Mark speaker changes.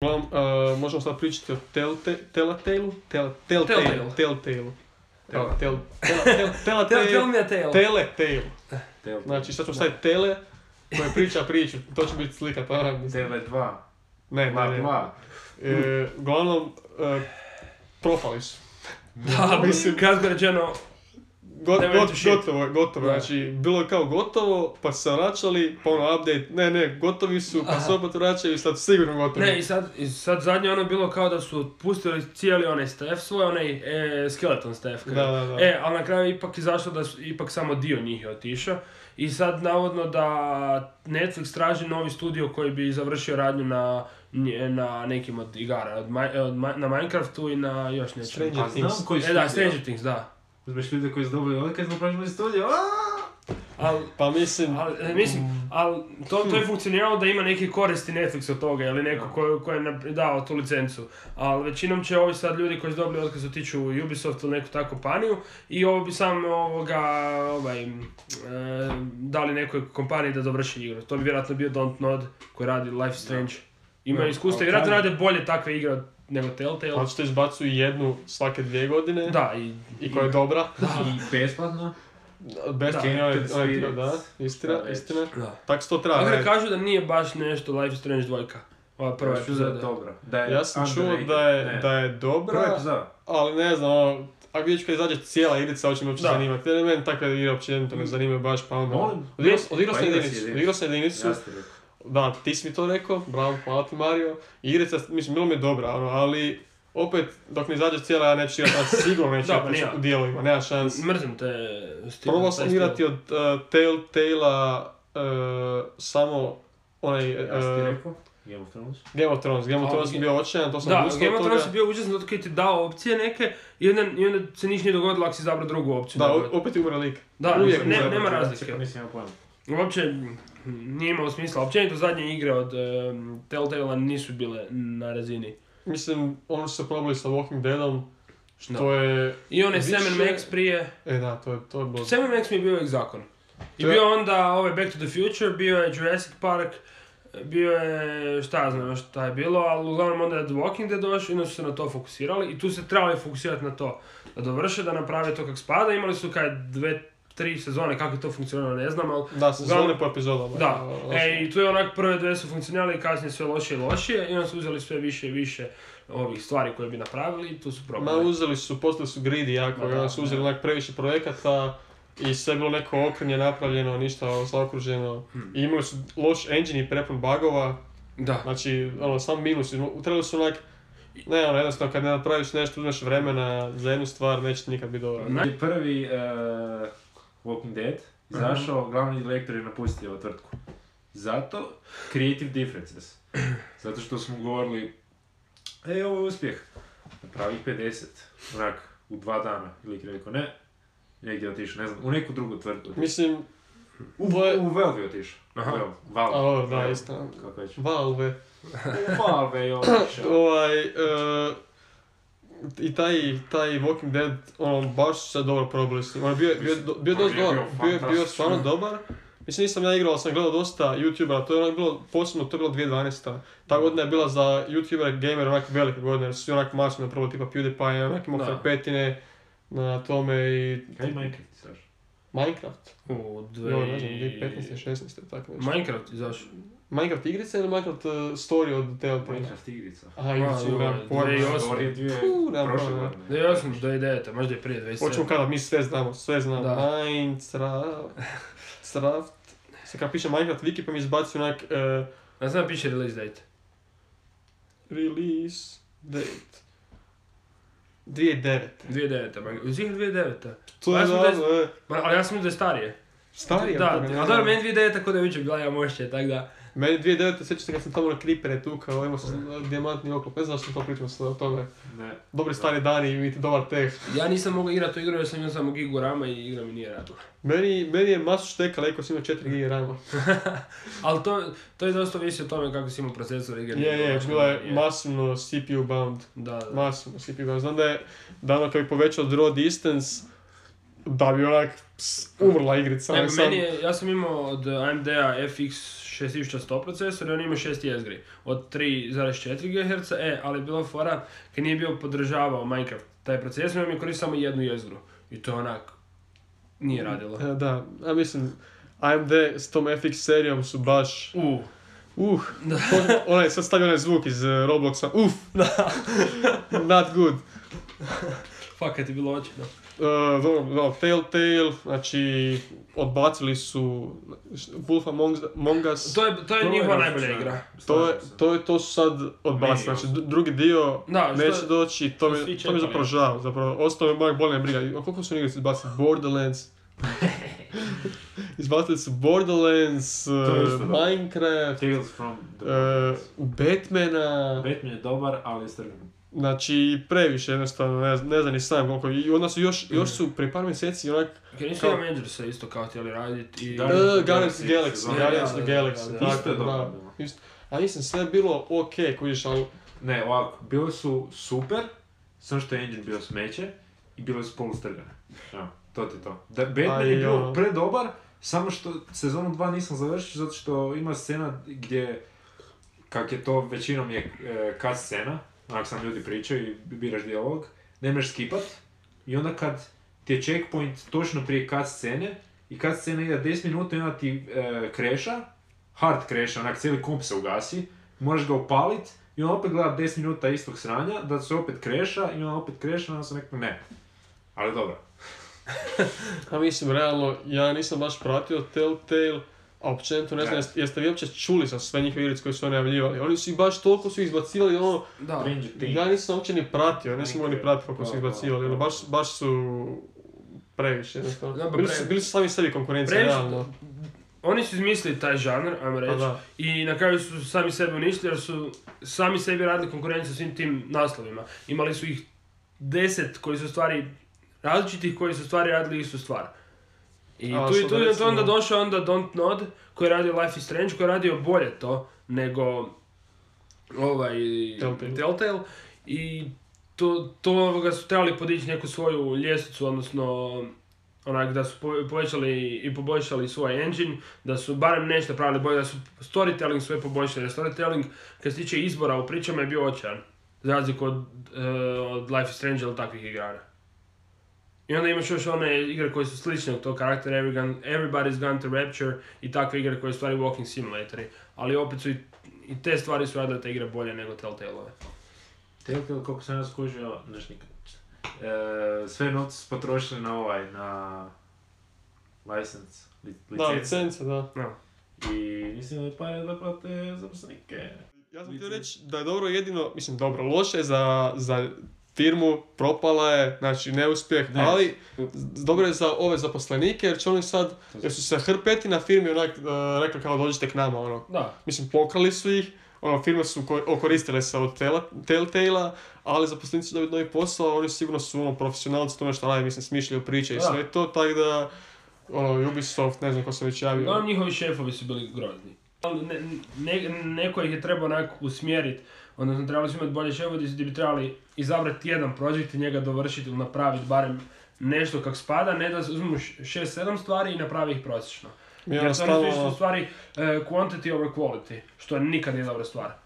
Speaker 1: Uglavnom, e, možemo sad pričati o Telte, Telatailu? Tel, Telltale,
Speaker 2: Telltale.
Speaker 1: Telltale. Tel,
Speaker 2: Telltale.
Speaker 1: tel, tela, tel, tela,
Speaker 2: Tell, tell me a tale.
Speaker 1: Teletale.
Speaker 3: Tele,
Speaker 1: Znači, sad ćemo staviti tele koje priča priču. To će biti slika, pa naravno. Ne,
Speaker 3: Tele 2.
Speaker 1: ne,
Speaker 3: Ma,
Speaker 1: ne.
Speaker 3: ma.
Speaker 1: E, uglavnom, e, propali su.
Speaker 2: Da, mislim, kratko rečeno,
Speaker 1: Go-
Speaker 2: Never
Speaker 1: got-
Speaker 2: to shit.
Speaker 1: gotovo je, gotovo je.
Speaker 2: Da.
Speaker 1: Znači, bilo je kao gotovo, pa su se vraćali, pa ono update, ne, ne, gotovi su, pa se opet vraćaju i sad sigurno gotovi.
Speaker 2: ne, i sad, i sad zadnje ono je bilo kao da su otpustili cijeli onaj staff svoj, onaj e, skeleton staff.
Speaker 1: Da, da, da.
Speaker 2: E, ali na kraju je ipak izašlo da su, ipak samo dio njih je otišao. I sad navodno da Netflix traži novi studio koji bi završio radnju na, nje- na nekim od igara, od, Mi- od Mi- na Minecraftu i na još nečemu.
Speaker 1: Stranger
Speaker 3: A znam
Speaker 1: Things.
Speaker 3: koji
Speaker 2: Pa E
Speaker 3: studio.
Speaker 2: da, Stranger Things, da.
Speaker 3: Uzmeš ljude koji su dobili otkaz, napraviš novi studio. Aaaa!
Speaker 2: Ali
Speaker 1: Pa mislim,
Speaker 2: Ali, e, mislim, ali to,
Speaker 1: Hmm.
Speaker 2: to je funkcioniralo da ima neke koristi Netflix od toga ili neko ko, ko je nap- dao tu licencu. Ali većinom će ovi sad ljudi koji su dobili otkaz otići u Ubisoft ili neku takvu paniju i ovo bi samo ovoga, ovaj, m, e, dali nekoj kompaniji da dovrši igru. To bi vjerojatno bio Dontnod koji radi Life is Strange. Ima
Speaker 1: Da,
Speaker 2: iskustva
Speaker 1: ali
Speaker 2: i vjerojatno
Speaker 1: kažem-
Speaker 2: rade bolje takve igre od- nego Telltale.
Speaker 1: znači to izbacuju jednu svake dvije godine
Speaker 2: Da, i,
Speaker 1: i koja je dobra.
Speaker 3: I besplatno.
Speaker 1: Best
Speaker 2: Da,
Speaker 1: da, je
Speaker 3: Twisted
Speaker 1: onaj dio,
Speaker 3: Spirits.
Speaker 1: da, istina,
Speaker 3: Da, već.
Speaker 1: istina.
Speaker 2: da.
Speaker 1: Tak se to treba
Speaker 2: Ali
Speaker 1: raditi.
Speaker 2: kažu da nije baš nešto Life is Strange 2, ova prva
Speaker 3: Prva epizoda je
Speaker 2: epizoda.
Speaker 3: dobra. Da je
Speaker 1: Ja sam čuo
Speaker 3: underrated.
Speaker 1: da je,
Speaker 3: Ne.
Speaker 1: da je
Speaker 3: Prva
Speaker 1: dobra,
Speaker 3: epizoda.
Speaker 1: ali ne znam, ono, ako vidiš kad izađe cijela igrica, hoće me uopće
Speaker 2: Da.
Speaker 1: zanimati. Ne, meni takve igre uopće to ne zanimaju baš, pa onda...
Speaker 3: Mm. Molim?
Speaker 1: Odigrao sam- Odigrao
Speaker 3: Pa
Speaker 1: sam
Speaker 3: igra si
Speaker 1: jedinicu,
Speaker 3: jedinicu.
Speaker 1: odigrao sam jedinicu,
Speaker 3: Ja sam rekao.
Speaker 1: da, ti si mi to rekao, bravo, hvala ti Mario. Igrica, mislim, bilo mi je dobra, ono, ali opet, dok ne izađe cijela, ja neću igrati, ja sigurno neću
Speaker 2: Da, pa
Speaker 1: igrati
Speaker 2: nije.
Speaker 1: u dijelovima, nema šans.
Speaker 2: Mrzim te stil.
Speaker 1: Probao
Speaker 2: taj
Speaker 1: sam
Speaker 2: stil.
Speaker 1: igrati od uh, Telltale-a uh, samo onaj
Speaker 3: Ja sam ti
Speaker 1: uh,
Speaker 3: rekao. Game of Thrones.
Speaker 1: Game of Thrones. Game of
Speaker 2: A,
Speaker 1: Thrones sam
Speaker 2: Ge-
Speaker 1: bio očajan, to sam
Speaker 2: Da,
Speaker 1: odustao
Speaker 2: Game
Speaker 1: od
Speaker 2: of
Speaker 1: toga.
Speaker 2: Thrones je bio užasno zato kad ti dao opcije neke i onda, i onda se niš nije dogodilo ako si izabrao drugu opciju. Dakle,
Speaker 1: Da,
Speaker 2: nego-
Speaker 1: o- opet je umro lik.
Speaker 2: da
Speaker 1: uvijek
Speaker 2: mislim, ne-
Speaker 1: može
Speaker 2: nema
Speaker 1: biti,
Speaker 2: razlike.
Speaker 3: Mislim, ja pojma.
Speaker 2: Uopće m, nije imalo smisla. Općenito zadnje igre od um, Telltale-a nisu bile na razini.
Speaker 1: Mislim, ono što su probali sa Walking Deadom, što
Speaker 2: Da.
Speaker 1: je...
Speaker 2: I one
Speaker 1: Više-
Speaker 2: Sam Max prije.
Speaker 1: E da, to je, to je bilo...
Speaker 2: Sam Max mi je bio uvijek zakon. I
Speaker 1: To je-
Speaker 2: bio onda ovaj Back to the Future, bio je Jurassic Park, bio je, šta ja znam šta je bilo, ali uglavnom onda je The Walking Dead došao i onda su se na to fokusirali i tu se trebali fokusirati na to. Da dovrše, da naprave to kako spada, imali su kaj dve, tri sezone, kako je to funkcioniralo ne znam, ali
Speaker 1: Da, sezone
Speaker 2: Uglavnom-
Speaker 1: po epizodama.
Speaker 2: da,
Speaker 1: ono,
Speaker 2: e, i tu je onak prve dve su funkcionirali, kasnije sve lošije i lošije i onda su uzeli sve više i više ovih stvari koje bi napravili i tu su
Speaker 1: Ma
Speaker 2: probali.
Speaker 1: uzeli su, postali su greedy jako,
Speaker 2: Ma
Speaker 1: i
Speaker 2: da,
Speaker 1: onda su uzeli
Speaker 2: da.
Speaker 1: onak previše projekata i sve je bilo neko okrenje napravljeno, ništa zaokruženo.
Speaker 2: Hmm.
Speaker 1: I imali su loš engine i prepun bugova,
Speaker 2: Da.
Speaker 1: Znači, ono, sam minus, trebali su onak, ne ono, jednostavno kad ne napraviš nešto, uzmeš vremena za jednu stvar, neće ti nikad biti dobro.
Speaker 2: Na-
Speaker 3: Je prvi eh, Walking Dead izašao, glavni direktor je napustio tvrtku. Zato Creative Differences. Zato što smo govorili, e, ovo je uspjeh. Napravi 50, onak, u dva dana. Ili je rekao, ne, negdje je otišao, ne znam, u neku drugu tvrtku. je otišao.
Speaker 1: Mislim,
Speaker 3: U,
Speaker 1: to je-
Speaker 3: u Valve je otišao.
Speaker 2: Aha.
Speaker 3: Valve, Valve.
Speaker 1: a ovo, da,
Speaker 3: Valve,
Speaker 1: isto.
Speaker 3: Kako već.
Speaker 1: Valve,
Speaker 3: U Valve je otišao.
Speaker 1: ovaj, e, i taj, taj Walking Dead, ono, baš su se dobro probili s njim. Ono, bio, je- bio, je do- bio je
Speaker 3: Mislim,
Speaker 1: dosta
Speaker 3: on je
Speaker 1: dobar, bio,
Speaker 3: bio
Speaker 1: je- bio je
Speaker 3: fantastičan.
Speaker 1: stvarno dobar. Mislim, nisam ja igrao, ali sam gledao dosta youtubera, to je ono bilo, posebno to je bilo 2012. Ta godina je bila za youtubere, gamer, onak velika godina, jer su svi onak masno napravili, tipa PewDiePie, onak imao
Speaker 2: Da.
Speaker 1: hrpetine na tome i...
Speaker 3: Kaj je Minecraft izašao?
Speaker 1: Minecraft?
Speaker 2: U dve...
Speaker 1: Jo, ne znam, 2015. 16. tako nešto.
Speaker 2: Minecraft izašao.
Speaker 1: Minecraft igrice ili Minecraft uh, story od Telltale?
Speaker 3: Minecraft igrica.
Speaker 1: Aha, igrice,
Speaker 2: joj,
Speaker 1: nemam pojma.
Speaker 2: 2008.
Speaker 3: Govorio je dvije,
Speaker 1: Fuu, nemam
Speaker 3: prošle
Speaker 1: pojma.
Speaker 3: godine.
Speaker 2: 2008, 2009, možda i prije 2007.
Speaker 1: Hoćemo kada, mi sve znamo, sve znamo.
Speaker 2: Da.
Speaker 1: Minecraft, Straft. Sad kad piše Minecraft wiki pa mi izbaci onak uh,
Speaker 2: Ne znam, piše release date.
Speaker 1: release date. 2009.
Speaker 2: 2009. ma- Uz njih 2009.
Speaker 1: To
Speaker 2: Pa
Speaker 1: je
Speaker 2: ja sam
Speaker 1: davno, e,
Speaker 2: Ma, ali ja sam da je starije.
Speaker 1: starije.
Speaker 2: da,
Speaker 1: od toga, ne
Speaker 2: a
Speaker 1: znam.
Speaker 2: dobro, meni 2009 kod je jučer bila ja mošće, tako da.
Speaker 1: Meni 2009. sjećam se kad sam tamo na Creepere tukao, imao sam e, dijamantni oklop, ne znam zašto to pričam sad o tome.
Speaker 3: Ne.
Speaker 1: Dobri stari dani i vidite dobar teh.
Speaker 2: Ja nisam mogao igrati tu igru jer sam imao samo gigu rama i igra mi nije radila.
Speaker 1: Meni, meni je masu štekala, iako sam imao 4 GB rama.
Speaker 2: Ali to, to je dosta visi o tome kako si imao procesor igre.
Speaker 1: Je, je,
Speaker 2: Znači,
Speaker 1: bila je masivno CPU bound.
Speaker 2: Da, da.
Speaker 1: Masivno CPU bound. Znam da je dano kad bi povećao draw distance, da bi onak ps, umrla igrica.
Speaker 2: Evo,
Speaker 1: onak sam-
Speaker 2: meni je, ja sam imao od AMD-a FX 6100 procesor i on ima 6 jezgri od 3,4 GHz, e, ali je bila fora kad nije bio podržavao Minecraft taj procesor, on je koristio samo jednu jezgru i to onak nije radilo.
Speaker 1: E, Da, ja mislim, AMD s tom FX serijom su baš,
Speaker 2: U,
Speaker 1: uh,
Speaker 2: Da.
Speaker 1: to- onaj, sad stavio onaj zvuk iz e, Robloxa, uf, not good.
Speaker 2: fakat je bilo očito.
Speaker 1: E, dobro, dobro, Telltale, znači, odbacili su Wolf Among, Among Us,
Speaker 2: To je, to je
Speaker 3: Vrlo
Speaker 2: njihova
Speaker 3: različna.
Speaker 2: najbolja igra.
Speaker 1: to je,
Speaker 3: Slažem se.
Speaker 1: to je, to su sad odbacili,
Speaker 3: Meni je
Speaker 1: znači, dru- drugi dio
Speaker 2: Da, što-
Speaker 1: neće doći, to
Speaker 2: to svi
Speaker 1: mi, to mi
Speaker 2: čekali.
Speaker 1: zapravo žao, zapravo, ostalo mi moja bolna briga, a koliko su oni igrice izbacili, Borderlands, izbacili su Borderlands,
Speaker 3: je isto
Speaker 1: e,
Speaker 3: dobro.
Speaker 1: Minecraft,
Speaker 3: Tales from the
Speaker 1: E, Batmana,
Speaker 3: Batman je dobar, ali je strgan.
Speaker 1: znači previše jednostavno, ne, znam- ne znam ni sam koliko, i onda su još, još su prije par mjeseci onak,
Speaker 2: Kad nisu
Speaker 1: Kao-
Speaker 2: Avengersa isto kao htjeli raditi i...
Speaker 3: Da,
Speaker 1: e, Guardians of the Galaxy,
Speaker 3: Da,
Speaker 1: Guardians of
Speaker 2: da,
Speaker 1: the
Speaker 2: da,
Speaker 1: Galaxy,
Speaker 2: da,
Speaker 3: da.
Speaker 1: tako
Speaker 3: Isto je dobro
Speaker 1: da,
Speaker 3: bilo.
Speaker 1: isto, a mislim sve je bilo okej, kužiš, ali
Speaker 3: Ne, ovako, bili su super, samo što je engine bio smeće i bile su polustrgane. Evo, to ti je to. Da, Batman
Speaker 1: Ali,
Speaker 3: je bio
Speaker 1: ono-
Speaker 3: predobar, samo što sezonu 2 nisam završio zato što ima scena gdje, kak je to većinom je e, kad scena, onak sam ljudi pričaju i biraš dijalog, ne možeš skipat i onda kad ti je checkpoint točno prije kad scene i kad scena ide 10 minuta i onda ti e, kreša, hard kreša, onak cijeli komp se ugasi, moraš ga upalit i onda opet gleda 10 minuta istog sranja, da se opet kreša i onda opet kreša i onda sam rekao ne. Ali dobro.
Speaker 1: A mislim, realno, ja nisam baš pratio Telltale, a općenito ne znam,
Speaker 3: Ne.
Speaker 1: jeste, jeste vi uopće čuli sa sve njihove igrice koje su oni najavljivali? Oni su ih baš toliko su izbacivali, ono,
Speaker 2: Da.
Speaker 3: Stranger Things.
Speaker 1: ja nisam uopće ni pratio, nisam mogao ni pratiti koliko su
Speaker 3: Da,
Speaker 1: ih
Speaker 3: da,
Speaker 1: izbacivali,
Speaker 3: da.
Speaker 1: ono, baš, baš su previše, jednostavno.
Speaker 2: Dobro,
Speaker 1: Bili su,
Speaker 2: previše.
Speaker 1: bili su sami sebi konkurencija,
Speaker 2: Previše-
Speaker 1: realno.
Speaker 2: Oni su izmislili taj žanr, ajmo
Speaker 1: Pa
Speaker 2: reći,
Speaker 1: da.
Speaker 2: i na kraju su sami sebi uništili jer su sami sebi radili konkurenciju svim tim naslovima. Imali su ih deset koji su stvari različitih koji su stvari radili istu stvar. I
Speaker 1: A,
Speaker 2: tu,
Speaker 1: sad
Speaker 2: tu, je
Speaker 1: recimo-
Speaker 2: to onda došao onda Don't Nod koji je radio Life is Strange koji je radio bolje to nego ovaj
Speaker 1: Telltale.
Speaker 2: Telltale. i to, to ovoga su trebali podići neku svoju ljestvicu, odnosno onak da su po- povećali i poboljšali svoj engine, da su barem nešto pravili bolje, da su storytelling sve poboljšali, jer storytelling kad se tiče izbora u pričama je bio očajan, za razliku od, e, od Life is Strange ili takvih igara. I onda imaš još one igre koje su slične od tog karaktera, Every Gun- Everybody's Gone to Rapture i takve igre koje su stvari walking simulatori. Ali opet su i, i te stvari su radile te igre bolje nego Telltale-ove.
Speaker 3: Telltale, koliko sam ja skužio, znaš nikad. E, sve novce su potrošili na ovaj, na license, li,
Speaker 1: Da,
Speaker 3: licencu.
Speaker 1: licence, da.
Speaker 2: No.
Speaker 3: I nisu imali pare da plate zaposlenike.
Speaker 1: Ja sam htio
Speaker 3: Licencu.
Speaker 1: reći da je dobro jedino, mislim dobro, loše je za, za firmu, propala je, znači neuspjeh,
Speaker 3: Ne.
Speaker 1: ali z- dobro je za ove zaposlenike jer će oni sad, jer su se hrpeti na firmi onak e, rekli kao dođite k nama, ono,
Speaker 2: Da.
Speaker 1: mislim pokrali su ih, ono, firme su ko- okoristile se od tela, Telltale-a, ali zaposlenici će dobiti novi posao, a oni sigurno su ono, profesionalci u tome što rade, mislim, smišljaju priče i
Speaker 2: Da.
Speaker 1: sve to, tako da, ono, Ubisoft, ne znam ko se već javio.
Speaker 2: Uglavnom njihovi šefovi su bili grozni. Ali ne, ne, neko ih je trebao onako usmjeriti, odnosno trebali su imati bolje šefove gdje bi trebali izabrati jedan projekt i njega dovršiti ili napraviti barem nešto kak spada, ne da uzmu 6-7 stvari i napravi ih prosječno.
Speaker 1: Mi
Speaker 2: Jer to
Speaker 1: ono
Speaker 2: su
Speaker 1: stalno-
Speaker 2: isto stvari e, quantity over quality, što nikad nije dobra stvar.